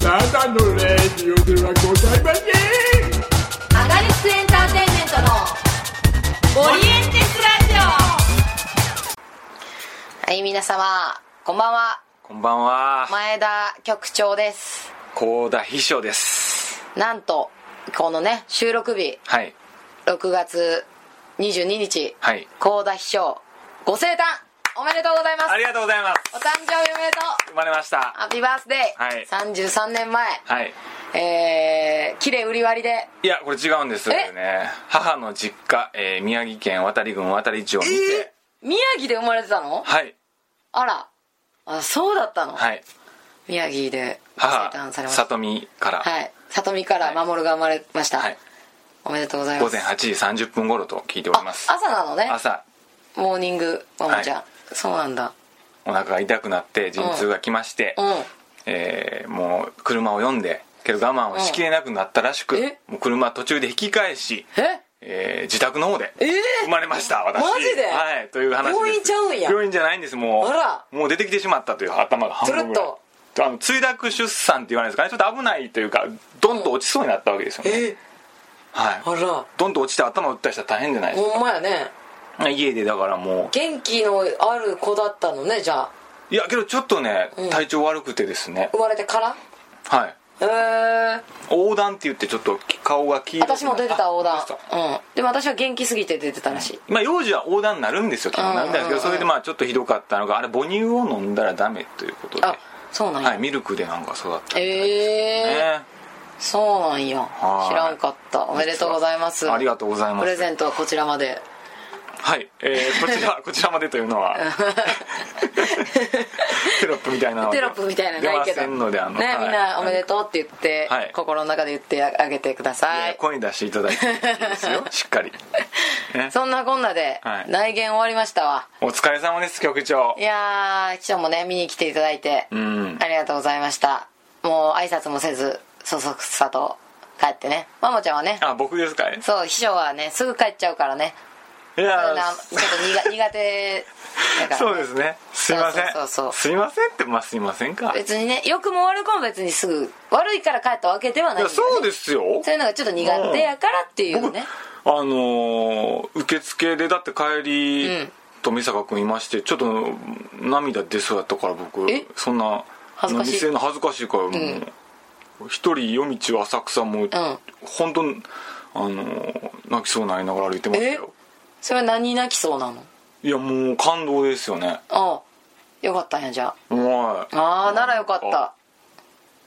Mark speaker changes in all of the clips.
Speaker 1: ただのレディオではございません
Speaker 2: アガリスクエンターテインメントのオリエンテスラジオはい皆様こんばんは
Speaker 3: こんばんは
Speaker 2: 前田局長です
Speaker 3: 高田秘書です
Speaker 2: なんとこのね収録日
Speaker 3: はい
Speaker 2: 6月22日
Speaker 3: はい
Speaker 2: 高田秘書ご生誕おめでとうございます
Speaker 3: ありがとうございます
Speaker 2: お誕生日おめでとう
Speaker 3: 生まれました
Speaker 2: ハッピーバースデ
Speaker 3: は
Speaker 2: ー、
Speaker 3: い
Speaker 2: 33年前
Speaker 3: はい
Speaker 2: えー、綺麗売り割りで
Speaker 3: いやこれ違うんですよね母の実家、えー宮城県渡郡渡町にて、
Speaker 2: 宮城で生まれてたの
Speaker 3: はい
Speaker 2: あらあそうだったの、
Speaker 3: はい
Speaker 2: 宮城で生誕
Speaker 3: 母
Speaker 2: されました
Speaker 3: 里美から、
Speaker 2: はい里見から守が生まれました、
Speaker 3: はい
Speaker 2: おめでとうございま
Speaker 3: 午
Speaker 2: す
Speaker 3: 前8時30分頃と聞いております
Speaker 2: あ朝なのね
Speaker 3: 朝
Speaker 2: モーニングママちゃん、そうなんだ
Speaker 3: お腹が痛くなって陣痛が来まして、
Speaker 2: うん
Speaker 3: えーもう車を読んでけど我慢をしきれなくなったらしく、
Speaker 2: うんえ
Speaker 3: もう車途中で引き返し、
Speaker 2: え
Speaker 3: えー自宅の方で
Speaker 2: えー
Speaker 3: 生まれました私
Speaker 2: マジで
Speaker 3: はいという話です
Speaker 2: 病院ちゃうんや
Speaker 3: 病院じゃないんですもう
Speaker 2: あら
Speaker 3: もう出てきてしまったという頭が半分ぐ
Speaker 2: つ
Speaker 3: ら
Speaker 2: る
Speaker 3: い
Speaker 2: っ
Speaker 3: あの墜落出産って言わないですかねちょっと危ないというかドンと落ちそうになったわけですよね、
Speaker 2: え
Speaker 3: はい
Speaker 2: あら
Speaker 3: ドンと落ちて頭打った人は大変じゃないです
Speaker 2: ほんまやね
Speaker 3: か家でだからも
Speaker 2: 元気のある子だったのねじゃあ
Speaker 3: ういやけどちょっとね
Speaker 2: ん
Speaker 3: 体調悪くてですね、
Speaker 2: 生まれてから
Speaker 3: はい
Speaker 2: えー、
Speaker 3: 横断って言ってちょっと顔が黄色くな
Speaker 2: 私も出てた横断
Speaker 3: あそうでした
Speaker 2: うんでも私は元気すぎて出てたらしい、
Speaker 3: まあ幼児は横断になるんですよ基本なんですけ
Speaker 2: うんうんう
Speaker 3: ど
Speaker 2: ん
Speaker 3: それでまあちょっとひどかったのがあれ母乳を飲んだらダメということで
Speaker 2: あそうなんや、
Speaker 3: はいミルクでなんか育った
Speaker 2: ええ
Speaker 3: ね
Speaker 2: そうなんや
Speaker 3: はい
Speaker 2: 知らんかったおめでとうございます
Speaker 3: ありがとうございます
Speaker 2: プレゼントはこちらまで
Speaker 3: はい、えーこち らこちらまでというのはテロップみたいなのは
Speaker 2: テロップみたいなのないけど
Speaker 3: 出ませんのであの
Speaker 2: ね、
Speaker 3: はい
Speaker 2: みんなおめでとうって言って、
Speaker 3: はい
Speaker 2: 心の中で言ってあげてくださ
Speaker 3: え
Speaker 2: い
Speaker 3: ー声に出していただいていいですよしっかり、ね、
Speaker 2: そんなこんなで
Speaker 3: はい
Speaker 2: 内見終わりましたわ、
Speaker 3: お疲れ様です局長
Speaker 2: い、やー記者もね見に来ていただいて、
Speaker 3: うん
Speaker 2: ありがとうございましたもう挨拶もせずそそくさと帰ってねマモちゃんはね
Speaker 3: あ僕ですかい
Speaker 2: そう秘書はねすぐ帰っちゃうからねそ
Speaker 3: や
Speaker 2: れなちょっと苦苦手だから、
Speaker 3: そうですねすいません
Speaker 2: そうそうそうそう
Speaker 3: すいませんってまあすいませんかい
Speaker 2: 別にね良くも悪くも別にすぐ悪いから帰ったわけではないんだよ
Speaker 3: や
Speaker 2: ね
Speaker 3: そうですよ
Speaker 2: そういうのがちょっと苦手やからっていうね
Speaker 3: あのー受付でだって帰り、富坂君いましてちょっと涙出そうやったから僕
Speaker 2: え
Speaker 3: そんな
Speaker 2: 恥ずかしい
Speaker 3: 店の恥ずかしいからもう一、人夜道を浅草も、うん本当にあのー泣きそうになりながら歩いてましたよ
Speaker 2: それは何泣きそうなの
Speaker 3: いやもう感動ですよね
Speaker 2: ああよかったんやじゃ
Speaker 3: うま
Speaker 2: あああならよかった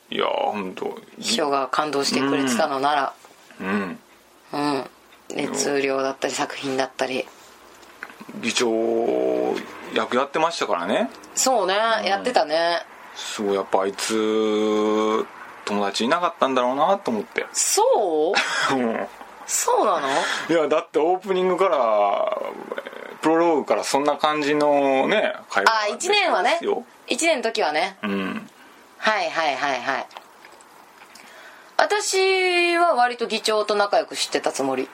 Speaker 3: いいや本当
Speaker 2: 秘書が感動してくれてたのなら
Speaker 3: うん
Speaker 2: うん、熱量だったり作品だったり
Speaker 3: 議長役やってましたからね
Speaker 2: そうね、やってたね
Speaker 3: すごいやっぱあいつ友達いなかったんだろうなと思って
Speaker 2: そうそう なの
Speaker 3: いやだってオープニングからえープロローグからそんな感じのね会
Speaker 2: ああ1年はね
Speaker 3: ですよ
Speaker 2: 1年の時はね
Speaker 3: うん
Speaker 2: はいはいはいはい私は割と議長と仲良く知ってたつもり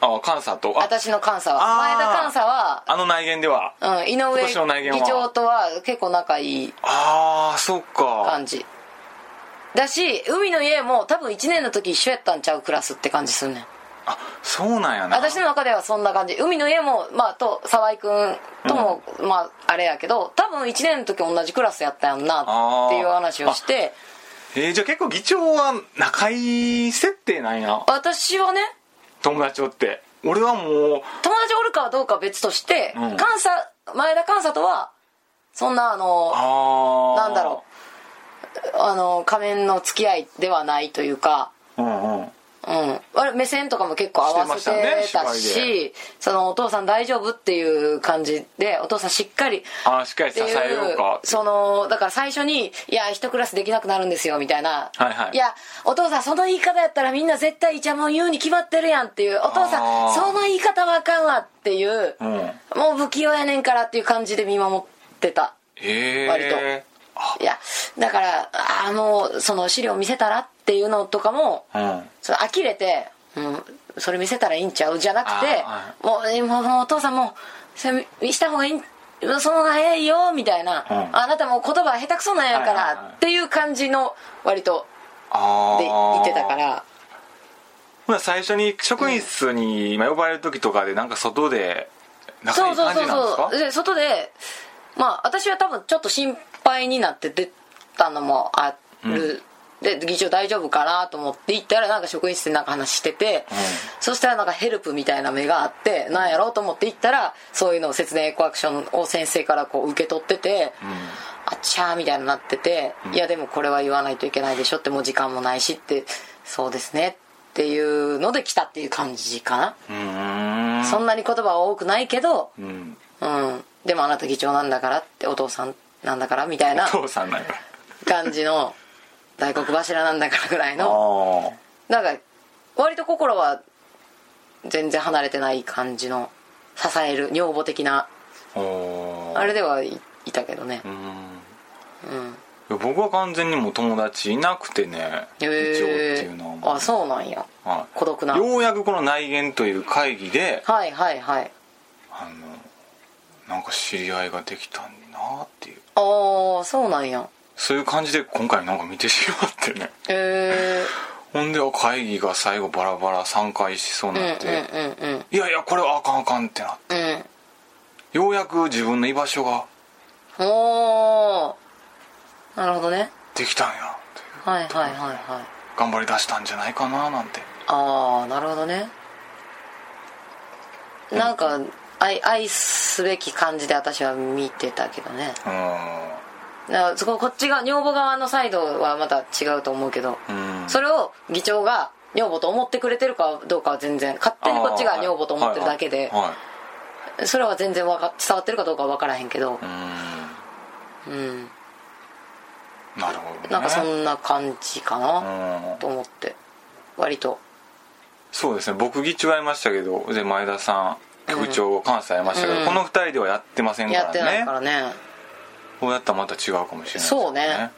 Speaker 3: あ監査とあ
Speaker 2: 私の監査は
Speaker 3: あー
Speaker 2: 前田監査は
Speaker 3: あの内言では
Speaker 2: うん、井
Speaker 3: 今年の内
Speaker 2: 上
Speaker 3: 言は
Speaker 2: 議長とは結構仲いい
Speaker 3: ああそっか
Speaker 2: 感じだし海の家も多分1年の時一緒やったんちゃうクラスって感じすんねん
Speaker 3: あそうなんやな
Speaker 2: 私の中ではそんな感じ海の家も、まあ、と沢井君とも、まああれやけど多分1年の時同じクラスやったやんなっていう話をして
Speaker 3: えーじゃあ結構議長は仲いい設定なんや
Speaker 2: 私はね
Speaker 3: 友達おって俺はも
Speaker 2: 友達おるかどうかは別として、
Speaker 3: うん
Speaker 2: 監査前田監査とはそんなあの
Speaker 3: うあ
Speaker 2: な
Speaker 3: あ
Speaker 2: んだろうあの仮面の付き合いではないというか
Speaker 3: ううんうん
Speaker 2: うん、あれ目線とかも結構合わせて
Speaker 3: して
Speaker 2: た
Speaker 3: ま
Speaker 2: し
Speaker 3: したね芝
Speaker 2: そのお父さん大丈夫っていう感じでお父さんしっかり
Speaker 3: ああしっかり
Speaker 2: って
Speaker 3: 支
Speaker 2: いう
Speaker 3: えようか
Speaker 2: そのだから最初に「いや一クラスできなくなるんですよ」みたいな「
Speaker 3: はいはい
Speaker 2: やお父さんその言い方やったらみんな絶対イチャモン言うに決まってるやん」っていう「お父さ
Speaker 3: あ
Speaker 2: ん
Speaker 3: ー
Speaker 2: その言い方はあかんわ」っていう、
Speaker 3: うん
Speaker 2: もう不器用やねんから」っていう感じで見守ってた
Speaker 3: へえ
Speaker 2: 割といやだからああもうその資料見せたらっていうのとかも
Speaker 3: うん
Speaker 2: その呆れて、うん、それ見せたらいいんちゃうじゃなくて
Speaker 3: あ
Speaker 2: もうえもうもうお父さんもうそれ見見した方がいいんその方が早いよみたいな、
Speaker 3: うん
Speaker 2: あなたもう言葉下手くそなんやから、
Speaker 3: はいはいはい
Speaker 2: っていう感じの割と
Speaker 3: あ
Speaker 2: で
Speaker 3: ー
Speaker 2: 言ってたから
Speaker 3: ほな最初に職員室に今呼ばれる時とかでなんか外でなんか
Speaker 2: そ
Speaker 3: いうい
Speaker 2: そう
Speaker 3: 感
Speaker 2: そ
Speaker 3: じ
Speaker 2: う
Speaker 3: なんです
Speaker 2: そ
Speaker 3: か
Speaker 2: うで外でまあ私は多分ちょっと心配になって出たのもある、で議長大丈夫かなと思って行ったらなんか職員室でなんか話してて、
Speaker 3: うん
Speaker 2: そしたらなんかヘルプみたいな目があってなんやろうと思って行ったらそういうのを節電エコアクションを先生からこう受け取ってて、あっちゃーみたいになってて、いやでもこれは言わないといけないでしょってもう時間もないしってそうですねっていうので来たっていう感じかな、
Speaker 3: うーん
Speaker 2: そんなに言葉は多くないけど、
Speaker 3: うん
Speaker 2: うん、でもあなた議長なんだからってお父さんなんだからみたいな
Speaker 3: お父さんなんか
Speaker 2: 感じの大黒柱なんだからぐらい
Speaker 3: あ
Speaker 2: の
Speaker 3: ー
Speaker 2: なんか割と心は全然離れてない感じの支える女房的な
Speaker 3: おー
Speaker 2: あれではいいたけどね
Speaker 3: う、ん僕は完全にもう友達いなくてね一応って
Speaker 2: へ
Speaker 3: いう
Speaker 2: え
Speaker 3: のはも
Speaker 2: あそうなんや
Speaker 3: は
Speaker 2: 孤独ない
Speaker 3: ようやくこの内言という会議で
Speaker 2: はいはいはい
Speaker 3: あのなんか知り合いができたんだなっていう
Speaker 2: ああそうなんや
Speaker 3: そういう感じで今回なんか見てしまってね
Speaker 2: へえ
Speaker 3: ほんで会議が最後バラバラ散会しそうに
Speaker 2: うん
Speaker 3: なって、
Speaker 2: うんうんうん
Speaker 3: いやいやこれはあかんあかんってなって
Speaker 2: うん
Speaker 3: ようやく自分の居場所が
Speaker 2: おおなるほどね
Speaker 3: できたんやって
Speaker 2: はいはいはいはい
Speaker 3: 頑張り出したんじゃないかななんて
Speaker 2: ああなるほどねなんか愛愛すべき感じで私は見てたけどね
Speaker 3: う
Speaker 2: だからそここっちが女房側のサイドはまた違うと思うけど、
Speaker 3: んうん
Speaker 2: それを議長が女房と思ってくれてるかどうかは全然勝手にこっちが女房と思ってるだけで、
Speaker 3: はいはいはい
Speaker 2: それは全然わか伝わってるかどうかは分からへんけど
Speaker 3: う、
Speaker 2: うん、
Speaker 3: ーんなるほどね
Speaker 2: なんかそんな感じかな、
Speaker 3: うん
Speaker 2: と思って割と
Speaker 3: そうですね僕議長やりましたけどで前田さん局長関西やりましたけど、
Speaker 2: うん
Speaker 3: この二人ではやってませんか
Speaker 2: や
Speaker 3: ら
Speaker 2: っ
Speaker 3: ね
Speaker 2: てないからね
Speaker 3: こうやったらまた違うかもしれないです
Speaker 2: そうね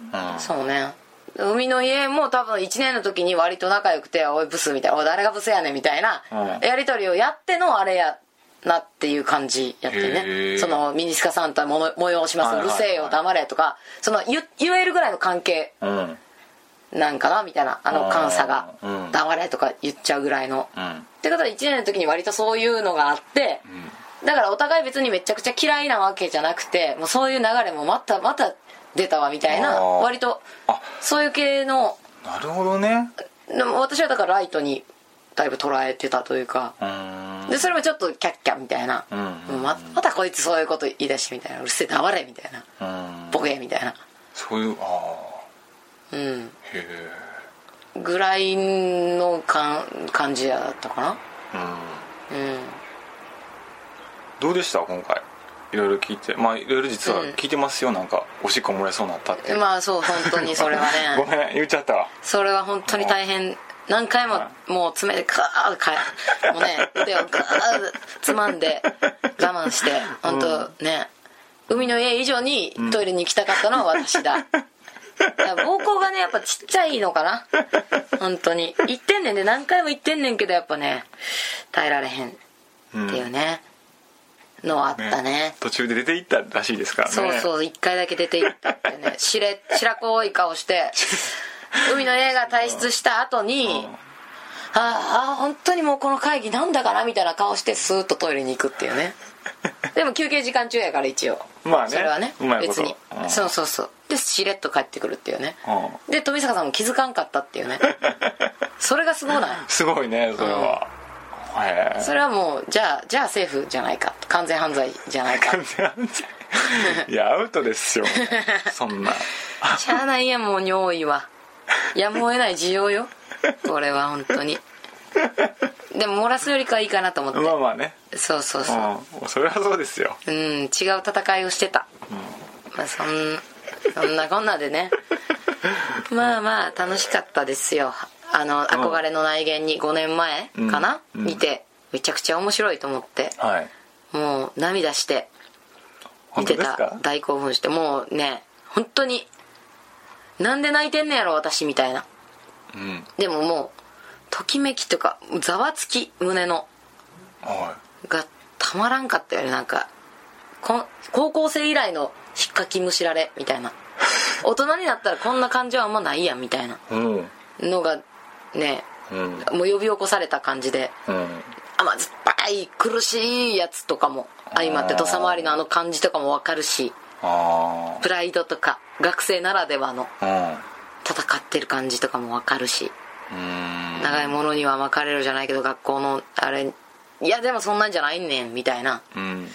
Speaker 3: うん
Speaker 2: そうね海の家も多分1年の時に割と仲良くて「おいブス」みたいな「おい誰がブスやねん」みたいな
Speaker 3: うん
Speaker 2: やり取りをやってのあれやなっていう感じやって
Speaker 3: へ
Speaker 2: ね
Speaker 3: ー
Speaker 2: そのミニスカさんとはもの催します
Speaker 3: は
Speaker 2: 「
Speaker 3: いうはい
Speaker 2: る
Speaker 3: はい
Speaker 2: せえよ黙れ」とかその言言えるぐらいの関係
Speaker 3: うんうん
Speaker 2: なんかなみたいなあの監査が
Speaker 3: う
Speaker 2: 「
Speaker 3: ん
Speaker 2: 黙れ」とか言っちゃうぐらいの
Speaker 3: うん
Speaker 2: ってことは1年の時に割とそういうのがあって、だからお互い別にめちゃくちゃ嫌いなわけじゃなくてもうそういう流れもまたまた出たわみたいな
Speaker 3: あー
Speaker 2: 割と
Speaker 3: あ
Speaker 2: そういう系の
Speaker 3: なるほどね
Speaker 2: でも私はだからライトにだいぶ捉えてたというか
Speaker 3: うーん
Speaker 2: でそれもちょっとキャッキャみたいな、
Speaker 3: ん
Speaker 2: もうままたこいつそういうこと言い出してみたいなうるせえ黙れみたいな
Speaker 3: うん
Speaker 2: ボケみたいな
Speaker 3: そういうあ
Speaker 2: うん
Speaker 3: あへえ
Speaker 2: ぐらいのかん感じだったかな
Speaker 3: どうでした今回いろいろ聞いてまあいろいろ実は聞いてますよ、なんかおしっこ漏れそうになったって、
Speaker 2: まあそう本当にそれは
Speaker 3: ご
Speaker 2: ね
Speaker 3: めん言っちゃったわ
Speaker 2: それは本当に大変何回ももう爪でカーッかえもうね手をカーッつまんで我慢して本当ね海の家以上にトイレに行きたかったのは私だ、いや膀胱がねやっぱちっちゃいのかな本当に行ってんねんで何回も行ってんねんけどやっぱね耐えられへんっていうね、のはあったね
Speaker 3: 途中で出て行ったらしいですからね
Speaker 2: そうそう一回だけ出て行ったって ねしれ白子い顔して海の映画退出した後に「ああ本当にもうこの会議なんだかな」みたいな顔してスーッとトイレに行くっていう ねでも休憩時間中やから一応
Speaker 3: まあね
Speaker 2: それはね
Speaker 3: うまいこ
Speaker 2: 別
Speaker 3: と
Speaker 2: に、
Speaker 3: うん
Speaker 2: そうそうそうでしれっと帰ってくるっていうね、
Speaker 3: う
Speaker 2: で富坂さんも気づかんかったっていうねそれがすごない
Speaker 3: すごいねそれは、へえ
Speaker 2: それはもうじゃあじゃあセーフじゃないか完全犯罪じゃないか
Speaker 3: 完全犯 罪いやアウトで すよそんな
Speaker 2: しゃあないやもう尿意はやむを得ない需要よこれは本当にでも漏らすよりかはいいかなと思っ
Speaker 3: まあまあね
Speaker 2: てそうそうそう
Speaker 3: うんそれはそうですよ
Speaker 2: うん違う戦いをしてた、まあ、そんそんなこんなでねまあまあ楽しかったですよあの憧れの内言に5年前かな、
Speaker 3: うんうん
Speaker 2: 見てめちゃくちゃ面白いと思って
Speaker 3: はい
Speaker 2: もう涙して見
Speaker 3: 本当
Speaker 2: て
Speaker 3: です
Speaker 2: た
Speaker 3: か
Speaker 2: 大興奮してもうね本当になんで泣いてんねやろ私みたいな
Speaker 3: うん
Speaker 2: でももうときめきとかざわつき胸の
Speaker 3: は
Speaker 2: がたまらんかったよねなんかこん高校生以来のひっかきむしられみたいな大人になったらこんな感じはあんまないやんみたいな
Speaker 3: うんうん
Speaker 2: のがね
Speaker 3: うん
Speaker 2: もう呼び起こされた感じで甘酸っぱい苦しいやつとかも相まって
Speaker 3: あー
Speaker 2: 土佐回りのあの感じとかも分かるし
Speaker 3: あ
Speaker 2: プライドとか学生ならではの
Speaker 3: あ
Speaker 2: 戦ってる感じとかも分かるし
Speaker 3: うんうん
Speaker 2: 長いものには巻かれるじゃないけど学校のあれいやでもそんなんじゃないねんみたいな
Speaker 3: うん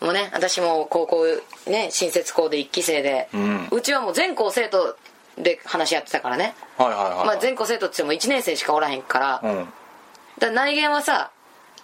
Speaker 2: もうね私も高校ね新設校で1期生で、
Speaker 3: うん
Speaker 2: ちはもう全校生徒で話し合ってたからね、
Speaker 3: はいはいはい、
Speaker 2: まあ、全校生徒って言っても1年生しかおらへんから,、
Speaker 3: うん、
Speaker 2: だ内言はさ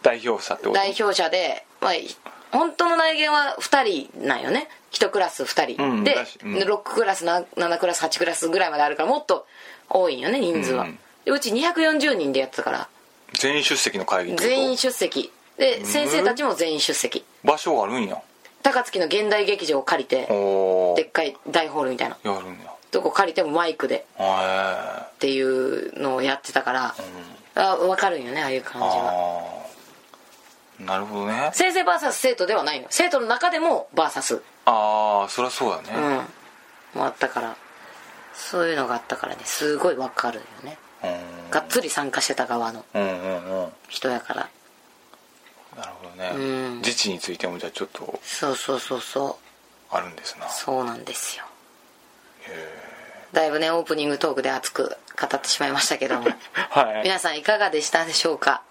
Speaker 3: 代表者ってこと
Speaker 2: 代表者で、まあ、い本当の内言は2人なんよね1クラス2人、
Speaker 3: うん
Speaker 2: で
Speaker 3: だしうん
Speaker 2: 6クラスな7クラス8クラスぐらいまであるからもっと多いんよね人数は、
Speaker 3: う
Speaker 2: うんでうち240人でやってたから
Speaker 3: 全員出席の会議ってこと
Speaker 2: 全員出席で先生たちも全員出席
Speaker 3: 場所あるんや
Speaker 2: 高槻の現代劇場を借りて
Speaker 3: おお
Speaker 2: でっかい大ホールみたいな
Speaker 3: やるんや
Speaker 2: とこ借りてもマイクで
Speaker 3: へえ
Speaker 2: っていうのをやってたから、あ分かるんよねああいう感じは
Speaker 3: ああなるほどね
Speaker 2: 先生 VS 生徒ではないの生徒の中でも VS
Speaker 3: ああそりゃそうだ
Speaker 2: うん
Speaker 3: ね
Speaker 2: もあったからそういうのがあったからねすごい分かるよね
Speaker 3: うん
Speaker 2: がっつり参加してた側の
Speaker 3: うんうんうん
Speaker 2: 人やから
Speaker 3: なるほどね、
Speaker 2: うん
Speaker 3: 自治についてもじゃあちょっと
Speaker 2: そうそうそうそう
Speaker 3: あるんですな
Speaker 2: そうなんですよだいぶねオープニングトークで熱く語ってしまいましたけども
Speaker 3: はい、
Speaker 2: 皆さんいかがでしたでしょうか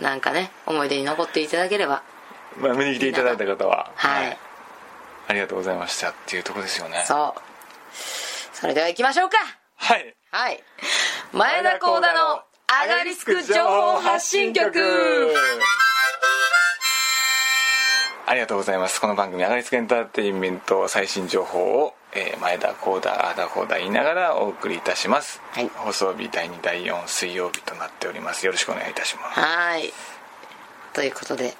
Speaker 2: なんかね思い出に残っていただければ
Speaker 3: まあ、見に来ていただいた方は、
Speaker 2: はい、
Speaker 3: ありがとうございましたっていうとこですよね
Speaker 2: そうそれでは行きましょうか
Speaker 3: はい
Speaker 2: はい前田幸田のアガリスク情報発信局
Speaker 3: ありがとうございますこの番組「アガリスクエンターテインメント」最新情報を、えー前田幸田あーだ幸田言いながらお送りいたします、
Speaker 2: はい
Speaker 3: 放送日第2第4水曜日となっておりますよろしくお願いいたします
Speaker 2: はいということで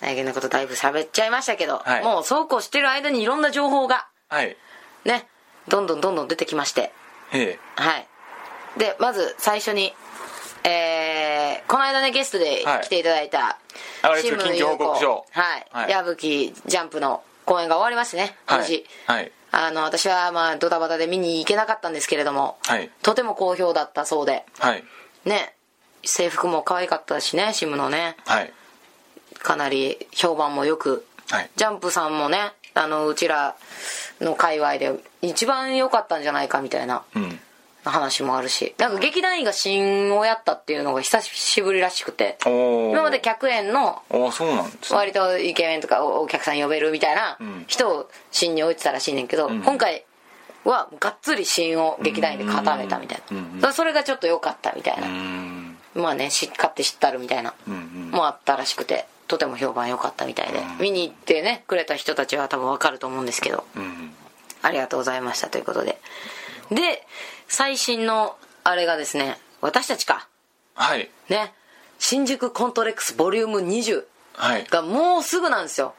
Speaker 2: 大変なことだいぶ喋っちゃいましたけど、
Speaker 3: はい
Speaker 2: もうそうこうしてる間にいろんな情報が
Speaker 3: はい
Speaker 2: ねどんどんどんどん出てきまして
Speaker 3: え
Speaker 2: はいでまず最初にえーこの間ねゲストで来ていただいた、
Speaker 3: あれです緊急報告書
Speaker 2: はい、
Speaker 3: はい
Speaker 2: 矢吹ジャンプの公演が終わりましてね
Speaker 3: え
Speaker 2: 無
Speaker 3: は
Speaker 2: 事、
Speaker 3: いはい
Speaker 2: あの私はまあドタバタで見に行けなかったんですけれども、
Speaker 3: はい
Speaker 2: とても好評だったそうで
Speaker 3: はい
Speaker 2: ね制服も可愛かったしねシムのね
Speaker 3: はい
Speaker 2: かなり評判もよく、
Speaker 3: はい
Speaker 2: ジャンプさんもねあのうちらの界隈で一番良かったんじゃないかみたいな
Speaker 3: うん
Speaker 2: 話もあるしなんか劇団員が新をやったっていうのが久しぶりらしくて
Speaker 3: おお
Speaker 2: 今まで客演の
Speaker 3: おーそうなんですね
Speaker 2: 割とイケメンとかおお客さん呼べるみたいなん人を新に置いてたらしいねんけど、
Speaker 3: ん
Speaker 2: 今回はがっつり新を劇団員で固めたみたいな、
Speaker 3: うん
Speaker 2: それそれがちょっと良かったみたいう
Speaker 3: ー
Speaker 2: な、
Speaker 3: ん
Speaker 2: まあね知っ買って知ったるみたいな、
Speaker 3: うんうん
Speaker 2: もあったらしくてとても評判良かったみたいで、見に行ってねくれた人たちは多分わかると思うんですけど
Speaker 3: うん
Speaker 2: ありがとうございましたということでで最新のあれがですね私たちか
Speaker 3: はい
Speaker 2: ね新宿コントレックスボリューム20
Speaker 3: はい
Speaker 2: がもうすぐなんですよ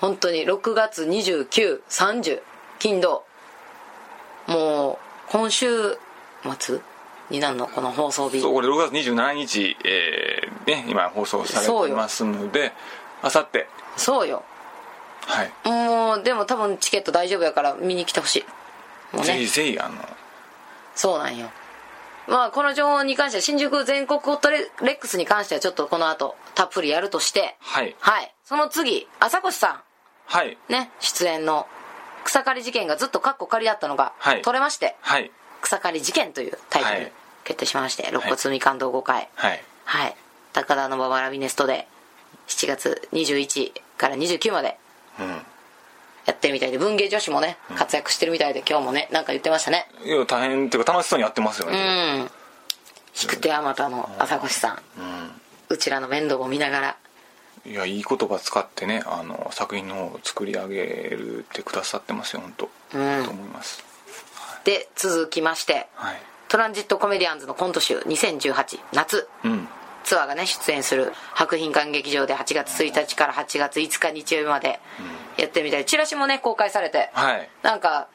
Speaker 2: 本当に6月2930金土もう今週末になるのこの放送日
Speaker 3: そうこれ6月27日、えーね、今放送されてますのであさって
Speaker 2: そうよ
Speaker 3: はい、
Speaker 2: もうでも多分チケット大丈夫やから見に来てほしいもう
Speaker 3: ぜひ
Speaker 2: ね
Speaker 3: ぜひあの
Speaker 2: そうなんよまあこの情報に関しては新宿全国ホットレレックスに関してはちょっとこの後たっぷりやるとして
Speaker 3: はい
Speaker 2: はいその次朝越さ
Speaker 3: はい
Speaker 2: んね出演の草刈り事件がずっとカッコ仮だったのが
Speaker 3: はい
Speaker 2: 取れまして、
Speaker 3: はい
Speaker 2: 草刈り事件というタイトル
Speaker 3: は
Speaker 2: に
Speaker 3: い
Speaker 2: 決定しまして、肋骨みかん同好会
Speaker 3: はい
Speaker 2: はい高田馬場ラミネストで7月21から29まで
Speaker 3: う
Speaker 2: やってるみたいで文芸女子もね活躍してるみたいで今日もねなんか言ってましたね
Speaker 3: んいや大変っていうか楽しそうにやってますよ
Speaker 2: う
Speaker 3: ね、
Speaker 2: ん引く手あまたの朝越さんうちらの面倒を見ながら
Speaker 3: いやいい言葉使ってねあの作品の方を作り上げるってくださってますよ本当、
Speaker 2: うん
Speaker 3: と思います
Speaker 2: で続きまして
Speaker 3: はい
Speaker 2: トランジットコメディアンズのコント集2018夏
Speaker 3: うん
Speaker 2: ツアーがね出演する博品館劇場で8月1日から8月5日日曜日までやってるみたいでチラシもね公開されて
Speaker 3: はい
Speaker 2: なんか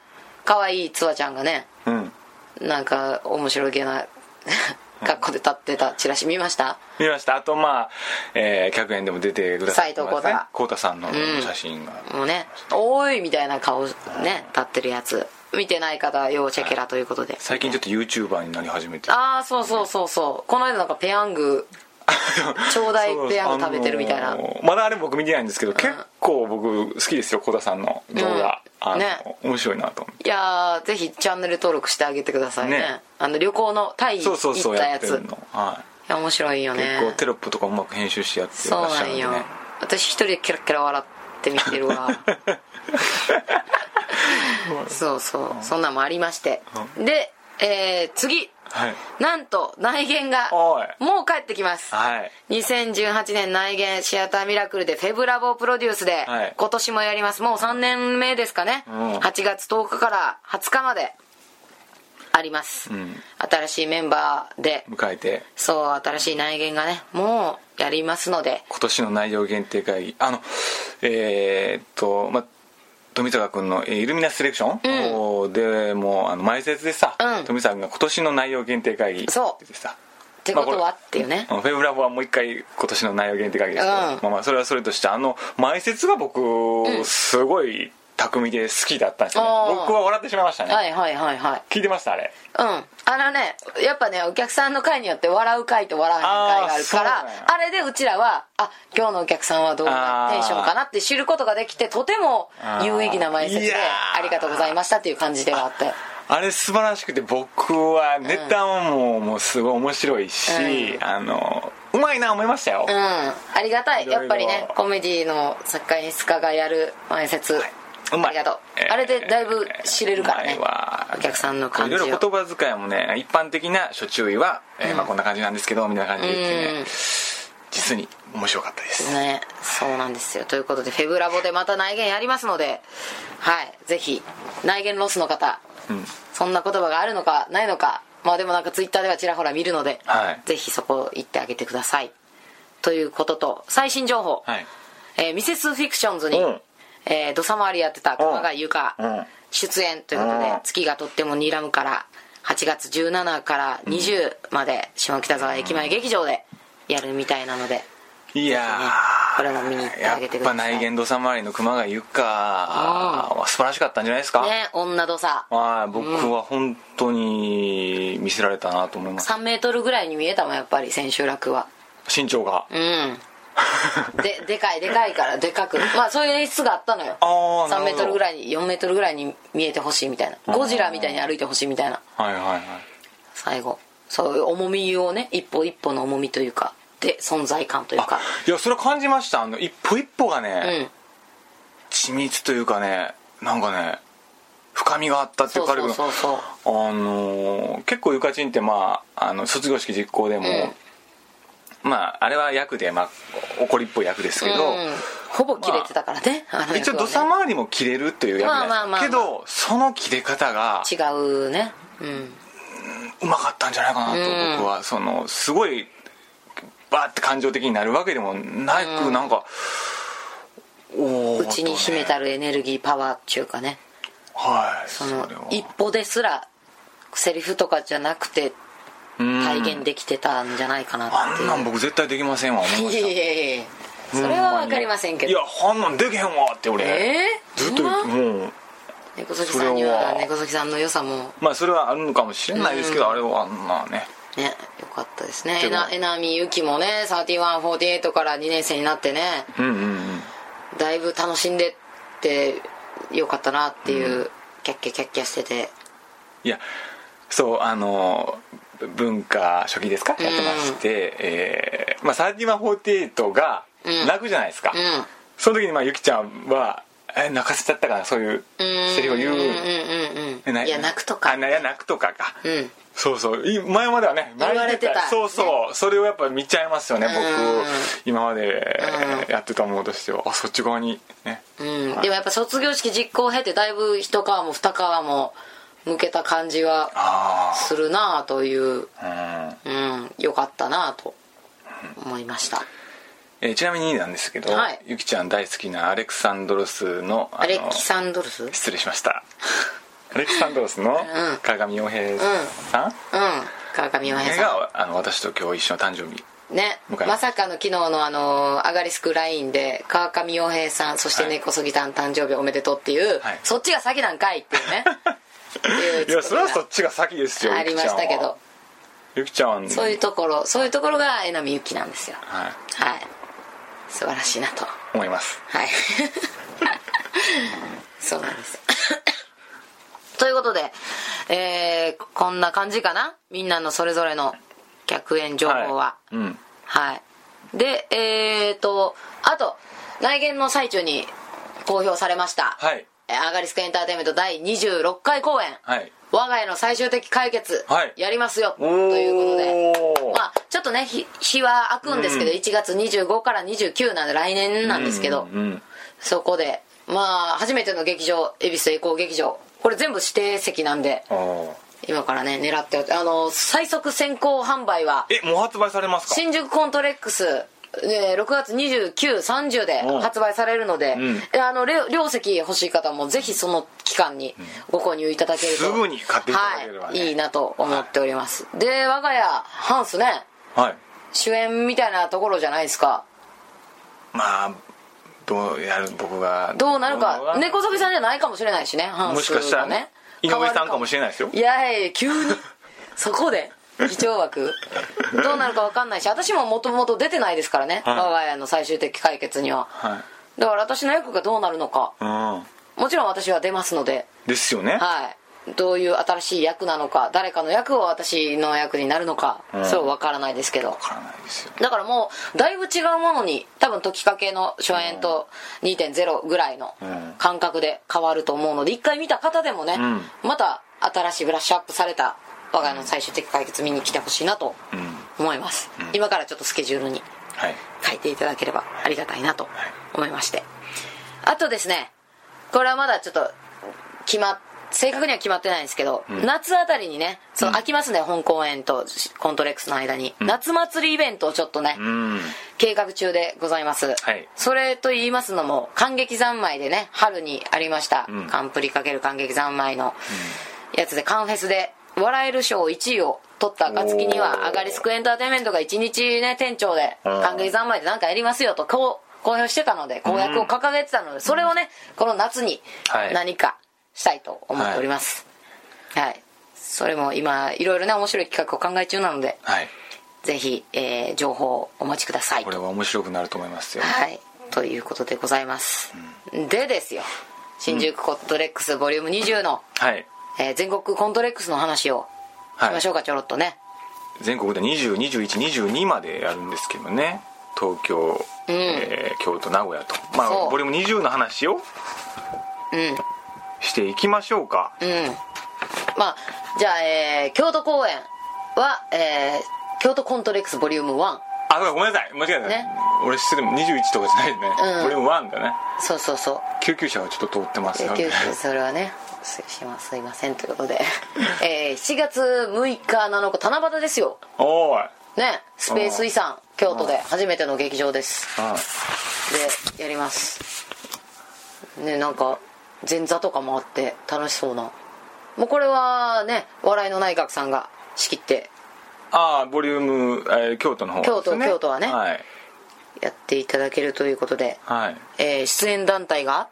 Speaker 2: 可愛いツアちゃんがね
Speaker 3: うん
Speaker 2: なんか面白げな 学校で立ってたチラシ見ました
Speaker 3: 見ましたあとまあ、えー、100円でも出てくださってますね
Speaker 2: 斉藤浩太
Speaker 3: 浩太さんの写真が、
Speaker 2: もうね「おーい!」みたいな顔ね立ってるやつ見てない方は要チェケラということで、
Speaker 3: 最近ちょっと YouTuber になり始めて
Speaker 2: ああそうそうそうそうこの間なんかペヤング ちょうだいペヤング食べてるみたいな
Speaker 3: あのまだあれ僕見てないんですけど、結構僕好きですよ浩太さんの動
Speaker 2: う
Speaker 3: 画、
Speaker 2: ん
Speaker 3: あの
Speaker 2: ね
Speaker 3: 面白いなと思って
Speaker 2: いやーぜひチャンネル登録してあげてくださいね
Speaker 3: ね
Speaker 2: あの旅行のタイ
Speaker 3: そ
Speaker 2: 行
Speaker 3: うそうそ
Speaker 2: っ
Speaker 3: う
Speaker 2: た
Speaker 3: や
Speaker 2: や
Speaker 3: って
Speaker 2: つ
Speaker 3: るの、は
Speaker 2: や面白いよ
Speaker 3: い、
Speaker 2: ね
Speaker 3: 結構テロップとかうまく編集してやって
Speaker 2: そう
Speaker 3: らっしゃ
Speaker 2: な
Speaker 3: るん
Speaker 2: ん
Speaker 3: で、ね
Speaker 2: よ、私一人でキラキラ笑って見てるわそうそうそんなんもありましてで、えー次
Speaker 3: はい
Speaker 2: なんと内言が
Speaker 3: おい
Speaker 2: もう帰ってきます
Speaker 3: はい
Speaker 2: 2018年内言シアターミラクルでフェブラボプロデュースで
Speaker 3: はい
Speaker 2: 今年もやりますもう3年目ですかね、
Speaker 3: うん
Speaker 2: 8月10日から20日まであります、
Speaker 3: ん
Speaker 2: 新しいメンバーで
Speaker 3: 迎えて
Speaker 2: そう新しい内言がねもうやりますので
Speaker 3: 今年の内容限定会議あのえーっとまあ富坂君のえーイルミナスセレクション、でもあの前説でさ、
Speaker 2: うん
Speaker 3: 富坂君が今年の内容限定会議
Speaker 2: そう
Speaker 3: って言ってさ
Speaker 2: ってことはっていうね
Speaker 3: あのフェブラボはもう一回今年の内容限定会議ですけど、
Speaker 2: うん
Speaker 3: まあ、まあそれはそれとしてあの前説が僕、すごい巧みで好きだったんですよね
Speaker 2: あー
Speaker 3: 僕は笑ってしまいましたね、
Speaker 2: はいはいはいはい
Speaker 3: 聞いてましたあれ
Speaker 2: うんあのねやっぱねお客さんの会によって笑う会と笑わへん会があるから
Speaker 3: あーそうなんや
Speaker 2: あれでうちらはあ今日のお客さんはどうな
Speaker 3: あー
Speaker 2: テンションかなって知ることができてとても有意義な前説
Speaker 3: い
Speaker 2: で
Speaker 3: やー
Speaker 2: ありがとうございましたっていう感じではあって
Speaker 3: あれ素晴らしくて僕はネタももう,、もうすごい面白いし、
Speaker 2: う
Speaker 3: あのうまいな思いましたよ、
Speaker 2: うんありがたい
Speaker 3: いろいろ
Speaker 2: やっぱりねコメディの作家演出家がやる前説
Speaker 3: うま
Speaker 2: あ
Speaker 3: い
Speaker 2: りがとう
Speaker 3: えー
Speaker 2: あれでだいぶ知れるからね
Speaker 3: うまいわ
Speaker 2: お客さんの感じを
Speaker 3: いろいろ言葉遣いもね一般的な初注意は、えーまあ、こんな感じなんですけどみたいな感じで言ってね、
Speaker 2: うん
Speaker 3: 実に面白かったです、
Speaker 2: ねそうなんですよということでフェブラボでまた内言やりますのではいぜひ内言ロスの方、
Speaker 3: うん
Speaker 2: そんな言葉があるのかないのかまあでもなんかツイッターではちらほら見るので、
Speaker 3: はい
Speaker 2: ぜひそこ行ってあげてくださいということと最新情報、
Speaker 3: はい
Speaker 2: えーミセスフィクションズに、
Speaker 3: うん
Speaker 2: えー、土佐回りやってた熊谷由香
Speaker 3: うん
Speaker 2: 出演ということで、
Speaker 3: うん
Speaker 2: 月がとっても睨むから8月17から20まで下北沢駅前劇場でやるみたいなので、
Speaker 3: いや
Speaker 2: ね
Speaker 3: ー
Speaker 2: これも見に行ってあげてください
Speaker 3: やっぱ内言土佐回りの熊谷由香は素晴らしかったんじゃないですか、
Speaker 2: ね女土佐
Speaker 3: はい僕は本当に見せられたなと思います
Speaker 2: 3メートルぐらいに見えたもんやっぱり千秋楽は
Speaker 3: 身長が
Speaker 2: うんででかいでかいからでかくまあそういう演出があったのよ
Speaker 3: あーなるほど
Speaker 2: 3メートルぐらいに4メートルぐらいに見えてほしいみたいなゴジラみたいに歩いてほしいみたいな
Speaker 3: はいはいはい
Speaker 2: 最後そういう重みをね一歩一歩の重みというかで存在感という
Speaker 3: あ
Speaker 2: か
Speaker 3: いやそれ感じましたあの一歩一歩が
Speaker 2: う
Speaker 3: ね、
Speaker 2: ん
Speaker 3: 緻密というかねなんかね深みがあったって
Speaker 2: そ
Speaker 3: い
Speaker 2: うう
Speaker 3: か
Speaker 2: そうそうそう
Speaker 3: あのー結構ゆかちんってまああの卒業式実行でも、まああれは役で、まあ、怒りっぽい役ですけど、
Speaker 2: うんほぼ切れてたからね,、あ、の
Speaker 3: 一
Speaker 2: 役
Speaker 3: 応
Speaker 2: は
Speaker 3: 土佐回りも切れるという役なんです、
Speaker 2: まあまあまあまあ
Speaker 3: けどその切れ方が
Speaker 2: ね違うねうん
Speaker 3: うまかったんじゃないかなと、
Speaker 2: うん
Speaker 3: 僕はそのすごいバーって感情的になるわけでもなく、なんかお
Speaker 2: うちに秘めた
Speaker 3: る
Speaker 2: るエネルギーパワーっていうかね
Speaker 3: はい
Speaker 2: その
Speaker 3: れは
Speaker 2: 一歩ですらセリフとかじゃなくて
Speaker 3: うん
Speaker 2: 体現できてたんじゃないかな
Speaker 3: あ
Speaker 2: って
Speaker 3: んなん僕絶対できませんわ思いま
Speaker 2: い
Speaker 3: し
Speaker 2: や
Speaker 3: た
Speaker 2: いやいやいやそれは分かりませんけ
Speaker 3: い
Speaker 2: ど
Speaker 3: やあんなんできへんわって俺、
Speaker 2: えー
Speaker 3: ずっと言って
Speaker 2: ほんま
Speaker 3: もう
Speaker 2: 猫崎さんに
Speaker 3: それ
Speaker 2: は
Speaker 3: は
Speaker 2: 猫崎さんの良さも
Speaker 3: まあそれはあるのかもしれないですけど、あれはまあね
Speaker 2: ね良かったですね
Speaker 3: で
Speaker 2: え
Speaker 3: も
Speaker 2: なえなみゆきもね3148から2年生になってね
Speaker 3: うんうんうん
Speaker 2: だいぶ楽しんでってよかったなっていう、キャッキャキャッキャしてて
Speaker 3: いやそうあの文化初期ですか、やってまして、えーまあ、3148が
Speaker 2: うん
Speaker 3: 泣くじゃないですか、
Speaker 2: うん
Speaker 3: その時にまあゆきちゃんは「え泣かせちゃったかな」そういうセリフを言う
Speaker 2: うんうんうん
Speaker 3: え
Speaker 2: うん
Speaker 3: ない
Speaker 2: や泣くとか
Speaker 3: あないや泣くとかか、
Speaker 2: うん
Speaker 3: そうそうい前まではね
Speaker 2: 言われてた
Speaker 3: 泣いそうそう、それをやっぱ見ちゃいますよね僕
Speaker 2: うん
Speaker 3: 今まで
Speaker 2: う
Speaker 3: やってたものとしてはあそっち側にね
Speaker 2: うん、でもやっぱ卒業式実行を経てだいぶ一皮も二皮も向けた感じは
Speaker 3: あ
Speaker 2: するなあという、
Speaker 3: あうん
Speaker 2: うん、よかったなあと思いました
Speaker 3: えーちなみになんですけど、
Speaker 2: はい
Speaker 3: ゆきちゃん大好きなアレクサンドロスのあの
Speaker 2: アレキサンドルスうん
Speaker 3: 失礼しましたアレクサンドロスの
Speaker 2: ん
Speaker 3: 鏡洋平さん
Speaker 2: う川上洋平
Speaker 3: 映
Speaker 2: さん
Speaker 3: 画はあの私と今日一緒の誕生日
Speaker 2: ね
Speaker 3: 向井
Speaker 2: まさかの昨日のあのアガリスクラインで川上洋平さんそして
Speaker 3: はい
Speaker 2: 根こそぎさん誕生日おめでとうっていう、
Speaker 3: はい
Speaker 2: そっちが先なんかいっていうねって
Speaker 3: いうや
Speaker 2: ツ
Speaker 3: そ
Speaker 2: ッ
Speaker 3: れ
Speaker 2: コ
Speaker 3: は
Speaker 2: ミ
Speaker 3: そっちが先ですよ
Speaker 2: がありましたけど
Speaker 3: ゆきちゃんはゆきちゃんは
Speaker 2: そういうところそういうところが江波由紀なんですよ
Speaker 3: はい
Speaker 2: はい素晴らしいなと
Speaker 3: 思います
Speaker 2: はい そうなんです ということで、えーこんな感じかなみんなのそれぞれの客演情報は、
Speaker 3: いうん
Speaker 2: はい。で、えーと、あと、来年の最中に公表されました、
Speaker 3: はい
Speaker 2: えーアガリスクエンターテインメント第26回公演、
Speaker 3: はい
Speaker 2: 我が家の最終的解決、
Speaker 3: はい
Speaker 2: やりますよ、
Speaker 3: お
Speaker 2: ということで。
Speaker 3: ー
Speaker 2: まあ、ちょっとね日日は空くんですけど、1月25から29なんで来年なんですけど、
Speaker 3: うんうん
Speaker 2: そこでまあ初めての劇場恵比寿栄光劇場これ全部指定席なんで
Speaker 3: うんおー
Speaker 2: 今からね狙っておあの最速先行販売は
Speaker 3: えもう発売されますか
Speaker 2: 新宿コントレックス、えー6月2930で
Speaker 3: うん
Speaker 2: 発売されるので、
Speaker 3: うん
Speaker 2: えーあの両両席欲しい方もぜひその期間にご購入いただけると
Speaker 3: すぐに買っていただければね
Speaker 2: はい、いいなと思っております、で我が家ハンスね
Speaker 3: はい
Speaker 2: 主演みたいなところじゃないですか
Speaker 3: まあどうやる僕が
Speaker 2: どうなる
Speaker 3: どうな
Speaker 2: か
Speaker 3: る
Speaker 2: 猫崎さんじゃないかもしれないしねハンスがね
Speaker 3: もしかしたらね井上さんかもしれないですよ
Speaker 2: いやいや急にそこで議長枠どうなるか分かんないし私ももともと出てないですからね、
Speaker 3: はい
Speaker 2: 我が家の最終的解決には
Speaker 3: はい
Speaker 2: だから私の役がどうなるのか
Speaker 3: うん
Speaker 2: もちろん私は出ますので
Speaker 3: ですよね
Speaker 2: はいどういう新しい役なのか誰かの役を私の役になるのか、
Speaker 3: うん
Speaker 2: それは分からないですけど
Speaker 3: わからないですよ
Speaker 2: だからもうだいぶ違うものに多分時かけの初演と2.0ぐらいの
Speaker 3: うん
Speaker 2: 感覚で変わると思うので一回見た方でもね、
Speaker 3: うん
Speaker 2: また新しいブラッシュアップされた我が家の最終的解決見に来てほしいなと
Speaker 3: うん
Speaker 2: 思います、
Speaker 3: ん
Speaker 2: 今からちょっとスケジュールに
Speaker 3: はい
Speaker 2: 書いていただければありがたいなと思いましてあとですねこれはまだちょっと決まっ正確には決まってないんですけど、夏あたりにねその空きますね、本公演とコントレックスの間に、夏祭りイベントをちょっとね、
Speaker 3: うん
Speaker 2: 計画中でございます、
Speaker 3: はい
Speaker 2: それと言いますのも感激三昧でね春にありました、
Speaker 3: うん
Speaker 2: カンプリ×感激三昧のやつでカンフェスで笑える賞1位を取った暁に
Speaker 3: お
Speaker 2: は
Speaker 3: ー
Speaker 2: アガリスクエンターテインメントが1日ね店長で
Speaker 3: うん
Speaker 2: 感激三昧で何かやりますよとこう公表してたので公約を掲げてたので、それをねこの夏に
Speaker 3: はい
Speaker 2: 何かしたいと思っておりますはい、それも今いろいろね面白い企画を考え中なので
Speaker 3: はい
Speaker 2: ぜひ、えー情報をお待ちください
Speaker 3: これは面白くなると思いますよ
Speaker 2: はいということでございます、でですよ新宿コントレックスボリューム20の、
Speaker 3: はい
Speaker 2: えー全国コントレックスの話をし
Speaker 3: は
Speaker 2: ま
Speaker 3: い
Speaker 2: しょうか、ちょろっとね
Speaker 3: 全国で202122までやるんですけどね東京、
Speaker 2: うん
Speaker 3: えー京都名古屋とま
Speaker 2: そ
Speaker 3: あ
Speaker 2: う
Speaker 3: ボリューム20の話を
Speaker 2: うん
Speaker 3: していきましょうか
Speaker 2: うんまあじゃあ、えー京都公演は、えー京都コントレックスボリューム1
Speaker 3: あそうかごめんなさい間違えた、
Speaker 2: ね
Speaker 3: 俺失礼21とかじゃないね、
Speaker 2: うん
Speaker 3: ボリューム1だね
Speaker 2: そうそうそう
Speaker 3: 救急車がちょっと通ってますよ
Speaker 2: 救
Speaker 3: ね
Speaker 2: 急車それはね失礼しますすいませんという ことで、えー7月6日7日七夕ですよ
Speaker 3: おーい
Speaker 2: ねスペース遺産京都で初めての劇場です
Speaker 3: う
Speaker 2: でやりますねなんか前座とかもあって楽しそうなもうこれはね笑いの内閣さんが仕切って
Speaker 3: んああボリューム、えー京都の方
Speaker 2: 京都
Speaker 3: です
Speaker 2: 京都はね
Speaker 3: はい、
Speaker 2: やっていただけるということで、
Speaker 3: はい、
Speaker 2: えー出演団体が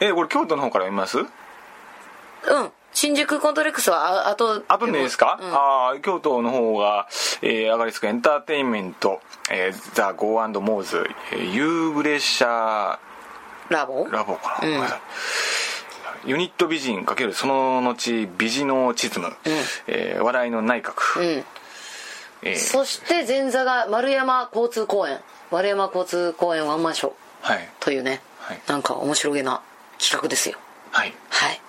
Speaker 3: えーこれ京都の方から見ます
Speaker 2: うん新宿コントレックスはああと
Speaker 3: あとねですか、
Speaker 2: うん
Speaker 3: あー京都の方が、えーアガリスクエンターテインメント、えーザ・ゴーモーズ、えーユーグレシャ
Speaker 2: ラボ
Speaker 3: ラボか
Speaker 2: うん
Speaker 3: な、ごめんなさいユニット美人×その後美人のチズム、えー笑いの内閣、
Speaker 2: うん
Speaker 3: えー
Speaker 2: そして前座が丸山交通公園丸山交通公園ワンマンショー
Speaker 3: はい
Speaker 2: というね、
Speaker 3: はい
Speaker 2: なんか面白げな企画ですよ
Speaker 3: はい
Speaker 2: はい、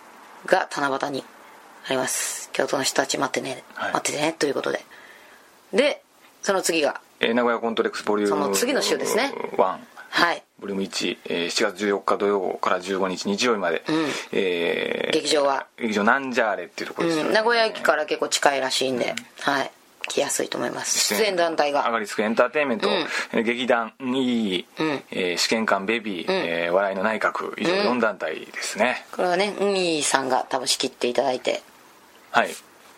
Speaker 2: が七夕にあります京都の人たち待ってね、
Speaker 3: はい
Speaker 2: 待っててねということででその次が
Speaker 3: えー名古屋コントレックスボリューム
Speaker 2: その次の週ですね
Speaker 3: 1
Speaker 2: はい
Speaker 3: ボリューム1、えー7月14日土曜から15日日曜日まで、
Speaker 2: ん
Speaker 3: えー
Speaker 2: 劇場は
Speaker 3: 劇場なんじゃあれっていうところですよ
Speaker 2: う
Speaker 3: ね、
Speaker 2: ん、名古屋駅から結構近いらしいんで、はい来やすいと思います出演団体
Speaker 3: ア
Speaker 2: が
Speaker 3: ガリスクエンターテインメント、
Speaker 2: うん
Speaker 3: えー劇団に、
Speaker 2: うん
Speaker 3: えー試験官ベビー、えー笑いの内閣以上
Speaker 2: うん
Speaker 3: 4団体ですね、
Speaker 2: これはね海さんが多分仕切っていただいて
Speaker 3: はい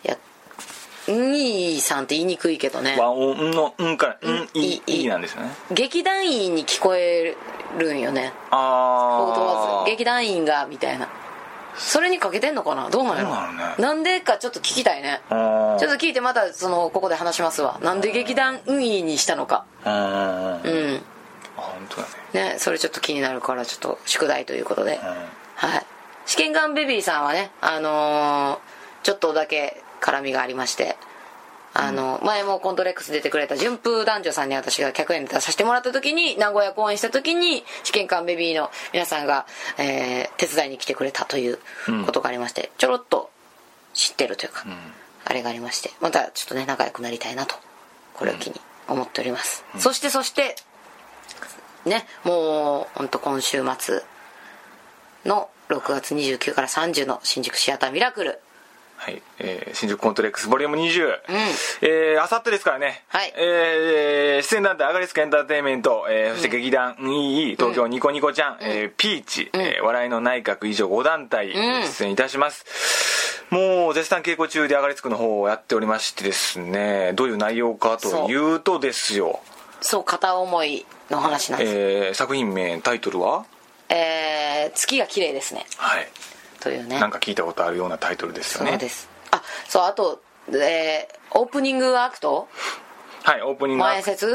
Speaker 2: やいいさんって言いにくいけどね
Speaker 3: 和音の「うん」から「うん」「
Speaker 2: い
Speaker 3: い」「
Speaker 2: い
Speaker 3: い」なんですよね
Speaker 2: 劇団員に聞こえるんよね僕と
Speaker 3: あ
Speaker 2: は
Speaker 3: あ
Speaker 2: 劇団員がみたいなそれにかけてんのかなどうなんやろ
Speaker 3: どうなのね
Speaker 2: なんでかちょっと聞きたいね
Speaker 3: あ
Speaker 2: ちょっと聞いてまたそのここで話しますわなんで劇団運営にしたのか
Speaker 3: あうん
Speaker 2: うん
Speaker 3: あ本当だね
Speaker 2: ねそれちょっと気になるからちょっと宿題ということで、
Speaker 3: うん
Speaker 2: はい試験官ベビーさんはねあのーちょっとだけ絡みがありましてあの、前もコントレックス出てくれた順風男女さんに私が客演で出させてもらった時に名古屋公演した時に試験官ベビーの皆さんが、えー手伝いに来てくれたということがありまして、ちょろっと知ってるというか、あれがありましてまたちょっとね仲良くなりたいなとこれを機に思っております、そしてそしてねもうほんと今週末の6月29から30の新宿シアターミラクル
Speaker 3: はい、えー新宿コントレックスボリューム20、
Speaker 2: うん
Speaker 3: えーあさってですからね、
Speaker 2: はい
Speaker 3: えー出演団体アガリスクエンターテインメント、えーそして劇団いい東京ニコニコちゃん、えーピーチ、えー笑いの内閣以上5団体
Speaker 2: ん
Speaker 3: 出演いたします、もう絶賛稽古中でアガリスクの方をやっておりましてですねどういう内容かというとですよ、
Speaker 2: そう片思いの話なんです、
Speaker 3: えー作品名タイトルは
Speaker 2: えー月が綺麗ですね
Speaker 3: はい
Speaker 2: というね
Speaker 3: なんか聞いたことあるようなタイトルですよね
Speaker 2: そうですあそうあと、えーオープニングアクト
Speaker 3: はいオープニングア
Speaker 2: 前
Speaker 3: クト
Speaker 2: 説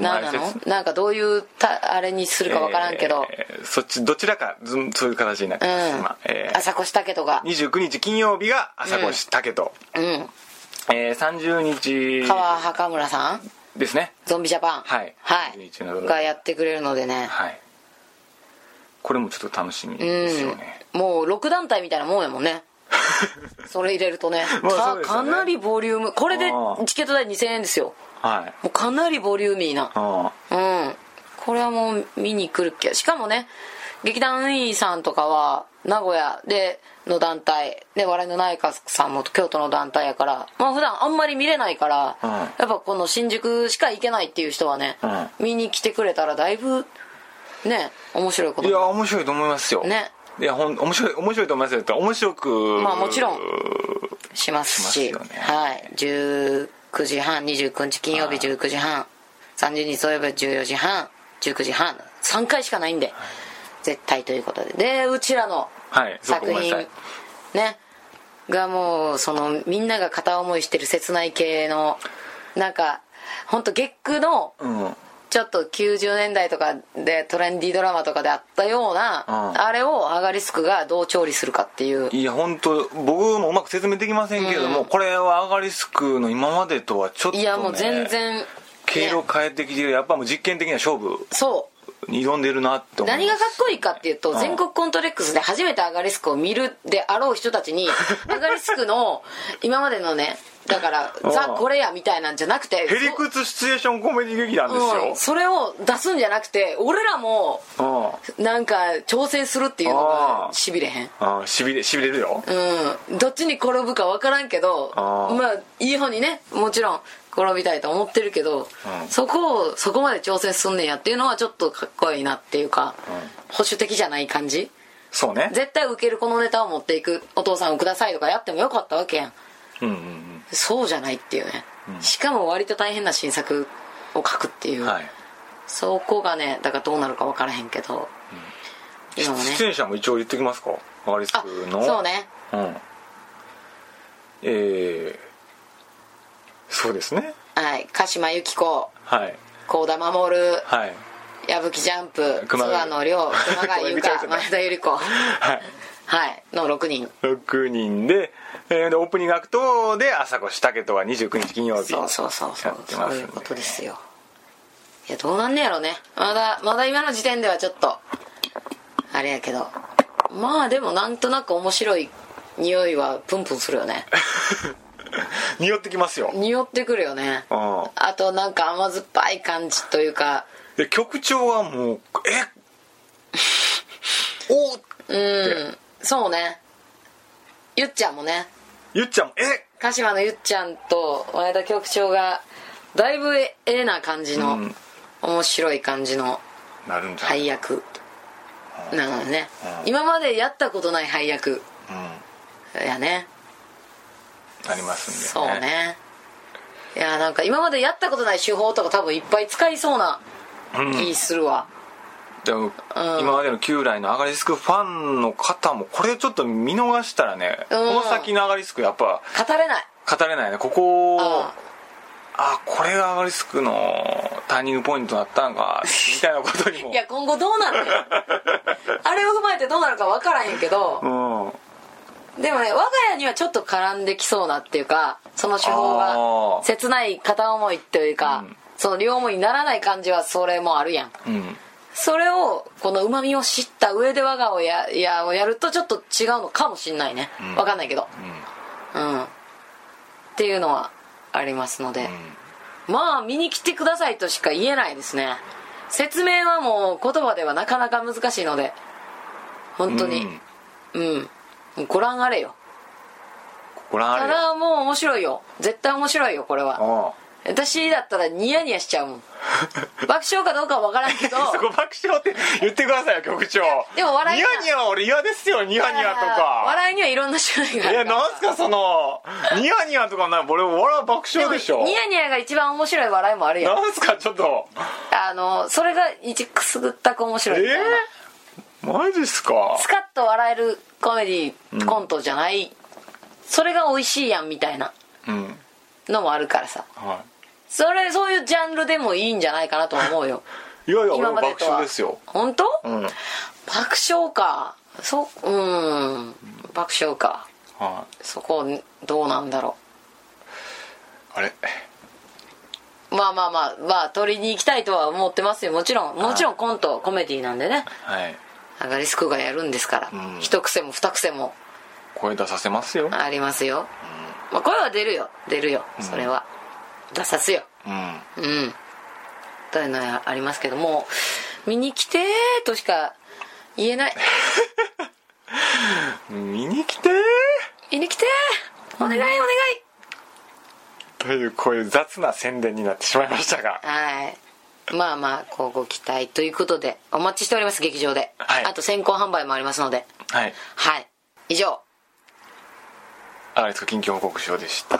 Speaker 2: 何なのなんかどういうたあれにするか分からんけど、
Speaker 3: えーそっちどちらかずんそういう形になってます、
Speaker 2: うん、
Speaker 3: まあえー
Speaker 2: 朝越武とが
Speaker 3: 29日金曜日が朝越武人、
Speaker 2: うん
Speaker 3: えー30
Speaker 2: 川
Speaker 3: 日
Speaker 2: 墓村さん
Speaker 3: ですね
Speaker 2: ゾンビジャパン
Speaker 3: はい
Speaker 2: はい
Speaker 3: 11など
Speaker 2: がやってくれるのでね
Speaker 3: はいこれもちょっと楽しみ
Speaker 2: う
Speaker 3: ですよね、
Speaker 2: んもう6団体みたいなもんやもん ねそれ入れるとね
Speaker 3: まあ
Speaker 2: か
Speaker 3: そうです
Speaker 2: か
Speaker 3: よね
Speaker 2: なりボリュームこれで
Speaker 3: あー
Speaker 2: チケット代2000円ですよ
Speaker 3: はい
Speaker 2: もうかなりボリューミーな
Speaker 3: あ
Speaker 2: うんこれはもう見に来るっけしかもね劇団員さんとかは名古屋での団体で我々の内閣さんも京都の団体やからまあ普段あんまり見れないから、
Speaker 3: うん
Speaker 2: やっぱこの新宿しか行けないっていう人はね、
Speaker 3: うん
Speaker 2: 見に来てくれたらだいぶね面白いこと
Speaker 3: ーい
Speaker 2: に
Speaker 3: や面白いと思いますよ
Speaker 2: ね
Speaker 3: いやほん面白い面白いと思いますよって面白く
Speaker 2: まあもちろんしますし
Speaker 3: しますよね
Speaker 2: はい、19時半29日金曜日19時半30日土曜日14時半19時半3回しかないんで、絶対ということででうちらの
Speaker 3: はいそう
Speaker 2: 作
Speaker 3: ごめんな
Speaker 2: 品
Speaker 3: さい
Speaker 2: ねがもうそのみんなが片思いしてる切ない系のなんか本当月9の
Speaker 3: うん
Speaker 2: ちょっと90年代とかでトレンディードラマとかであったような、
Speaker 3: うん
Speaker 2: あれをアガリスクがどう調理するかっていう
Speaker 3: いや本当僕もうまく説明できませんけれども、これはアガリスクの今までとはちょっと、ね、
Speaker 2: いやもう全然、ね
Speaker 3: 経路変えてきてやっぱもう実験的な勝負
Speaker 2: そう
Speaker 3: に挑んでるなって思い
Speaker 2: 何
Speaker 3: ま
Speaker 2: が
Speaker 3: す
Speaker 2: かっこいいかっていうと、
Speaker 3: うん
Speaker 2: 全国コントレックスで初めてアガリスクを見るであろう人たち にアガリスクの今までのねだから
Speaker 3: うん
Speaker 2: ザ・これやみたいなんじゃなくて
Speaker 3: へりくつシチュエーションコメディ劇団です
Speaker 2: そ,、うん、
Speaker 3: よ、
Speaker 2: それを出すんじゃなくて俺らも
Speaker 3: うん
Speaker 2: なんか挑戦するっていうのが
Speaker 3: あー
Speaker 2: しびれへん
Speaker 3: うんしびれしびれるよ、
Speaker 2: うんどっちに転ぶか分からんけど
Speaker 3: あー
Speaker 2: まあいい方にねもちろん転びたいと思ってるけど、
Speaker 3: うん
Speaker 2: そこをそこまで挑戦すんねんやっていうのはちょっとかっこいいなっていうか、保守的じゃない感じ
Speaker 3: そうね
Speaker 2: 絶対受けるこのネタを持っていくお父さんをくださいとかやってもよかったわけやん
Speaker 3: うんうん
Speaker 2: そうじゃないっていうね、しかも割と大変な新作を書くっていうう、
Speaker 3: んはい
Speaker 2: そこがねだからどうなるか分からへんけど、今もね
Speaker 3: 出演者も一応言ってきますかアガリス
Speaker 2: あ
Speaker 3: クの
Speaker 2: そうね
Speaker 3: うんえー、そうですね
Speaker 2: はい鹿島由紀子
Speaker 3: はい
Speaker 2: 幸田守
Speaker 3: はい
Speaker 2: 矢吹ジャンプ
Speaker 3: 熊谷
Speaker 2: 諏訪野亮熊谷由
Speaker 3: ごめん見ちゃいま
Speaker 2: 香
Speaker 3: した
Speaker 2: 前田百合子
Speaker 3: はい
Speaker 2: はいの6人
Speaker 3: 6人で,、えーでオープニングアクトで朝越武人は29日金曜日
Speaker 2: そうそうそうそ
Speaker 3: や
Speaker 2: う
Speaker 3: って
Speaker 2: そ
Speaker 3: ま
Speaker 2: う
Speaker 3: すんで
Speaker 2: いうことですよいやどうなんねやろねまだまだ今の時点ではちょっとあれやけどまあでもなんとなく面白い匂いはプンプンするよ ね
Speaker 3: 匂ってきますよ
Speaker 2: 匂ってくるよね
Speaker 3: うん
Speaker 2: あとなんか甘酸っぱい感じというか
Speaker 3: で曲調はもうえ お
Speaker 2: うんそうねゆっちゃんもね
Speaker 3: ゆっちゃんもえ
Speaker 2: 鹿島のゆっちゃんと前田局長がだいぶええな感じの、
Speaker 3: うん
Speaker 2: 面白い感じの
Speaker 3: なるんじゃない、
Speaker 2: 配役なのでね、
Speaker 3: うん
Speaker 2: 今までやったことない配役やね
Speaker 3: うん、なりますんで、
Speaker 2: そうねいやなんか今までやったことない手法とか多分いっぱい使いそうな気するわ、
Speaker 3: でも、今までの旧来のアガリスクファンの方もこれちょっと見逃したらね、
Speaker 2: うん
Speaker 3: この先のアガリスクやっぱ
Speaker 2: 語れない
Speaker 3: 語れないねここ
Speaker 2: あ
Speaker 3: あこれがアガリスクのターニングポイントだった のかみたいなことにも
Speaker 2: いや今後どうなるの よあれを踏まえてどうなるか分からへんけど
Speaker 3: うん
Speaker 2: でもね我が家にはちょっと絡んできそうなっていうかその手法
Speaker 3: あ
Speaker 2: が
Speaker 3: ー
Speaker 2: 切ない片思いというか、
Speaker 3: うん
Speaker 2: その両思いにならない感じはそれもあるやん
Speaker 3: うん
Speaker 2: それをこのうまみを知った上で我が家をややをやるとちょっと違うのかもしんないね、
Speaker 3: うん
Speaker 2: 分かんないけど
Speaker 3: う
Speaker 2: う
Speaker 3: ん
Speaker 2: んっていうのはありますので
Speaker 3: う、ん
Speaker 2: まあ見に来てくださいとしか言えないですね説明はもう言葉ではなかなか難しいので本当にうん、ご覧あれよ
Speaker 3: ご覧あ
Speaker 2: た
Speaker 3: れよ
Speaker 2: だもう面白いよ絶対面白いよこれは
Speaker 3: ああ
Speaker 2: 私だったらニヤニヤしちゃうも ん爆笑かどうかは分からんけど
Speaker 3: そこ爆笑って言ってくださいよ局長
Speaker 2: でも笑い
Speaker 3: ニ
Speaker 2: が
Speaker 3: ヤニヤは俺嫌ですよニヤニヤとか
Speaker 2: 笑いにはいろんな種類があ
Speaker 3: え
Speaker 2: るから
Speaker 3: なんすかそのニヤニヤとかな俺笑う爆笑でし
Speaker 2: で
Speaker 3: ょ
Speaker 2: もニヤニヤが一番面白い笑いもあるよ
Speaker 3: なんすかちょっと
Speaker 2: あのそれが一くすぐったく面白いみたいな、
Speaker 3: えー、マジっすか
Speaker 2: スカッと笑えるコメディコントじゃない、それが美味しいやんみたいな
Speaker 3: うん
Speaker 2: のもあるからさ
Speaker 3: は
Speaker 2: それそういうジャンルでもいいんじゃないかなと思うよ
Speaker 3: いいやいや 俺
Speaker 2: 今
Speaker 3: は
Speaker 2: まで
Speaker 3: 爆
Speaker 2: とは
Speaker 3: 笑ですよ
Speaker 2: 本当、
Speaker 3: うんはい
Speaker 2: 爆笑かそううん爆笑かそこどうなんだろ
Speaker 3: あれ
Speaker 2: うまあまあまあまあ取りに行きたいとは思ってますよもちろんもちろんコントコメディなんでね
Speaker 3: はい
Speaker 2: アガリスクがやるんですから、
Speaker 3: うん
Speaker 2: 一癖も二癖も
Speaker 3: 声出させますよ
Speaker 2: ありますよ、まあ、声は出るよ出るよそれは、出さすよ
Speaker 3: うん
Speaker 2: うんというのはありますけども見に来てーとしか言えない
Speaker 3: 見に来て
Speaker 2: 見に来てーお願いお願い
Speaker 3: というこういう雑な宣伝になってしまいましたが
Speaker 2: はいまあまあこうご期待ということでお待ちしております劇場で、
Speaker 3: はい
Speaker 2: あと先行販売もありますので
Speaker 3: はい
Speaker 2: はい以上
Speaker 3: アガリスク近況報告書でした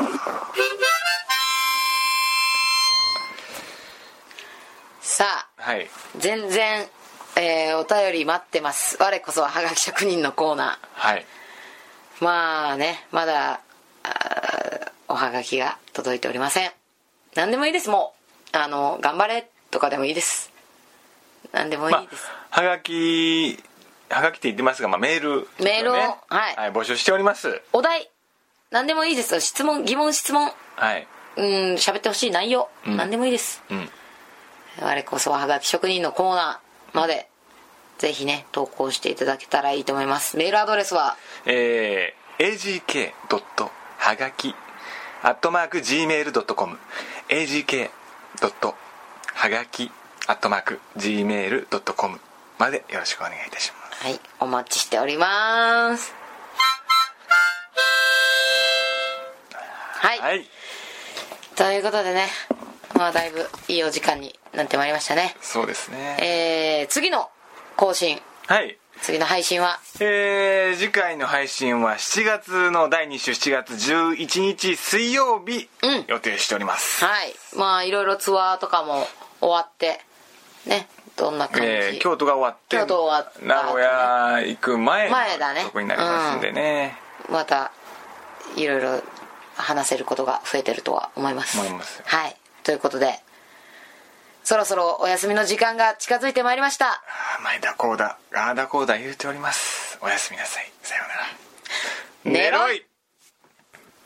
Speaker 2: さあ
Speaker 3: はい
Speaker 2: 全然、えーお便り待ってます我こそははがき職人のコーナ
Speaker 3: はい
Speaker 2: ーまあねまだあーおはがきが届いておりません何でもいいですもうあの頑張れとかでもいいです何でもいいです、
Speaker 3: あ、はがきはがきって言ってますが、まあ、メール、
Speaker 2: メールを
Speaker 3: ね
Speaker 2: はい
Speaker 3: はい、募集しております
Speaker 2: お題何でもいいです質問疑問質問
Speaker 3: はい
Speaker 2: うん喋ってほしい内容、
Speaker 3: ん
Speaker 2: 何でもいいです
Speaker 3: うん
Speaker 2: 我こそははがき職人のコーナーまでぜひね投稿していただけたらいいと思いますメールアドレスは
Speaker 3: えー、agk. はがきアットマーク gmail.com agk. はがきアットマーク gmail.com までよろしくお願いいたします
Speaker 2: はいお待ちしておりますはい、
Speaker 3: はい
Speaker 2: ということでねまあだいぶいいお時間になってまいりましたね
Speaker 3: そうですね
Speaker 2: えー、次の更新
Speaker 3: はい
Speaker 2: 次の配信は
Speaker 3: えー、次回の配信は7月の第2週7月11日水曜日
Speaker 2: うん
Speaker 3: 予定しております、
Speaker 2: はいまあいろいろツアーとかも終わってねどんな感じ、
Speaker 3: えー京都が終わって
Speaker 2: 京都終わった後ね
Speaker 3: 名古屋行く前の
Speaker 2: 前だね
Speaker 3: とこになりますんでね、
Speaker 2: またいろいろ話せることが増えてるとは思います
Speaker 3: 思いますよ
Speaker 2: はいということでそろそろお休みの時間が近づいてまいりました
Speaker 3: あー前田こうだああだこうだ言うておりますおやすみなさいさようなら
Speaker 2: 寝ろい
Speaker 3: い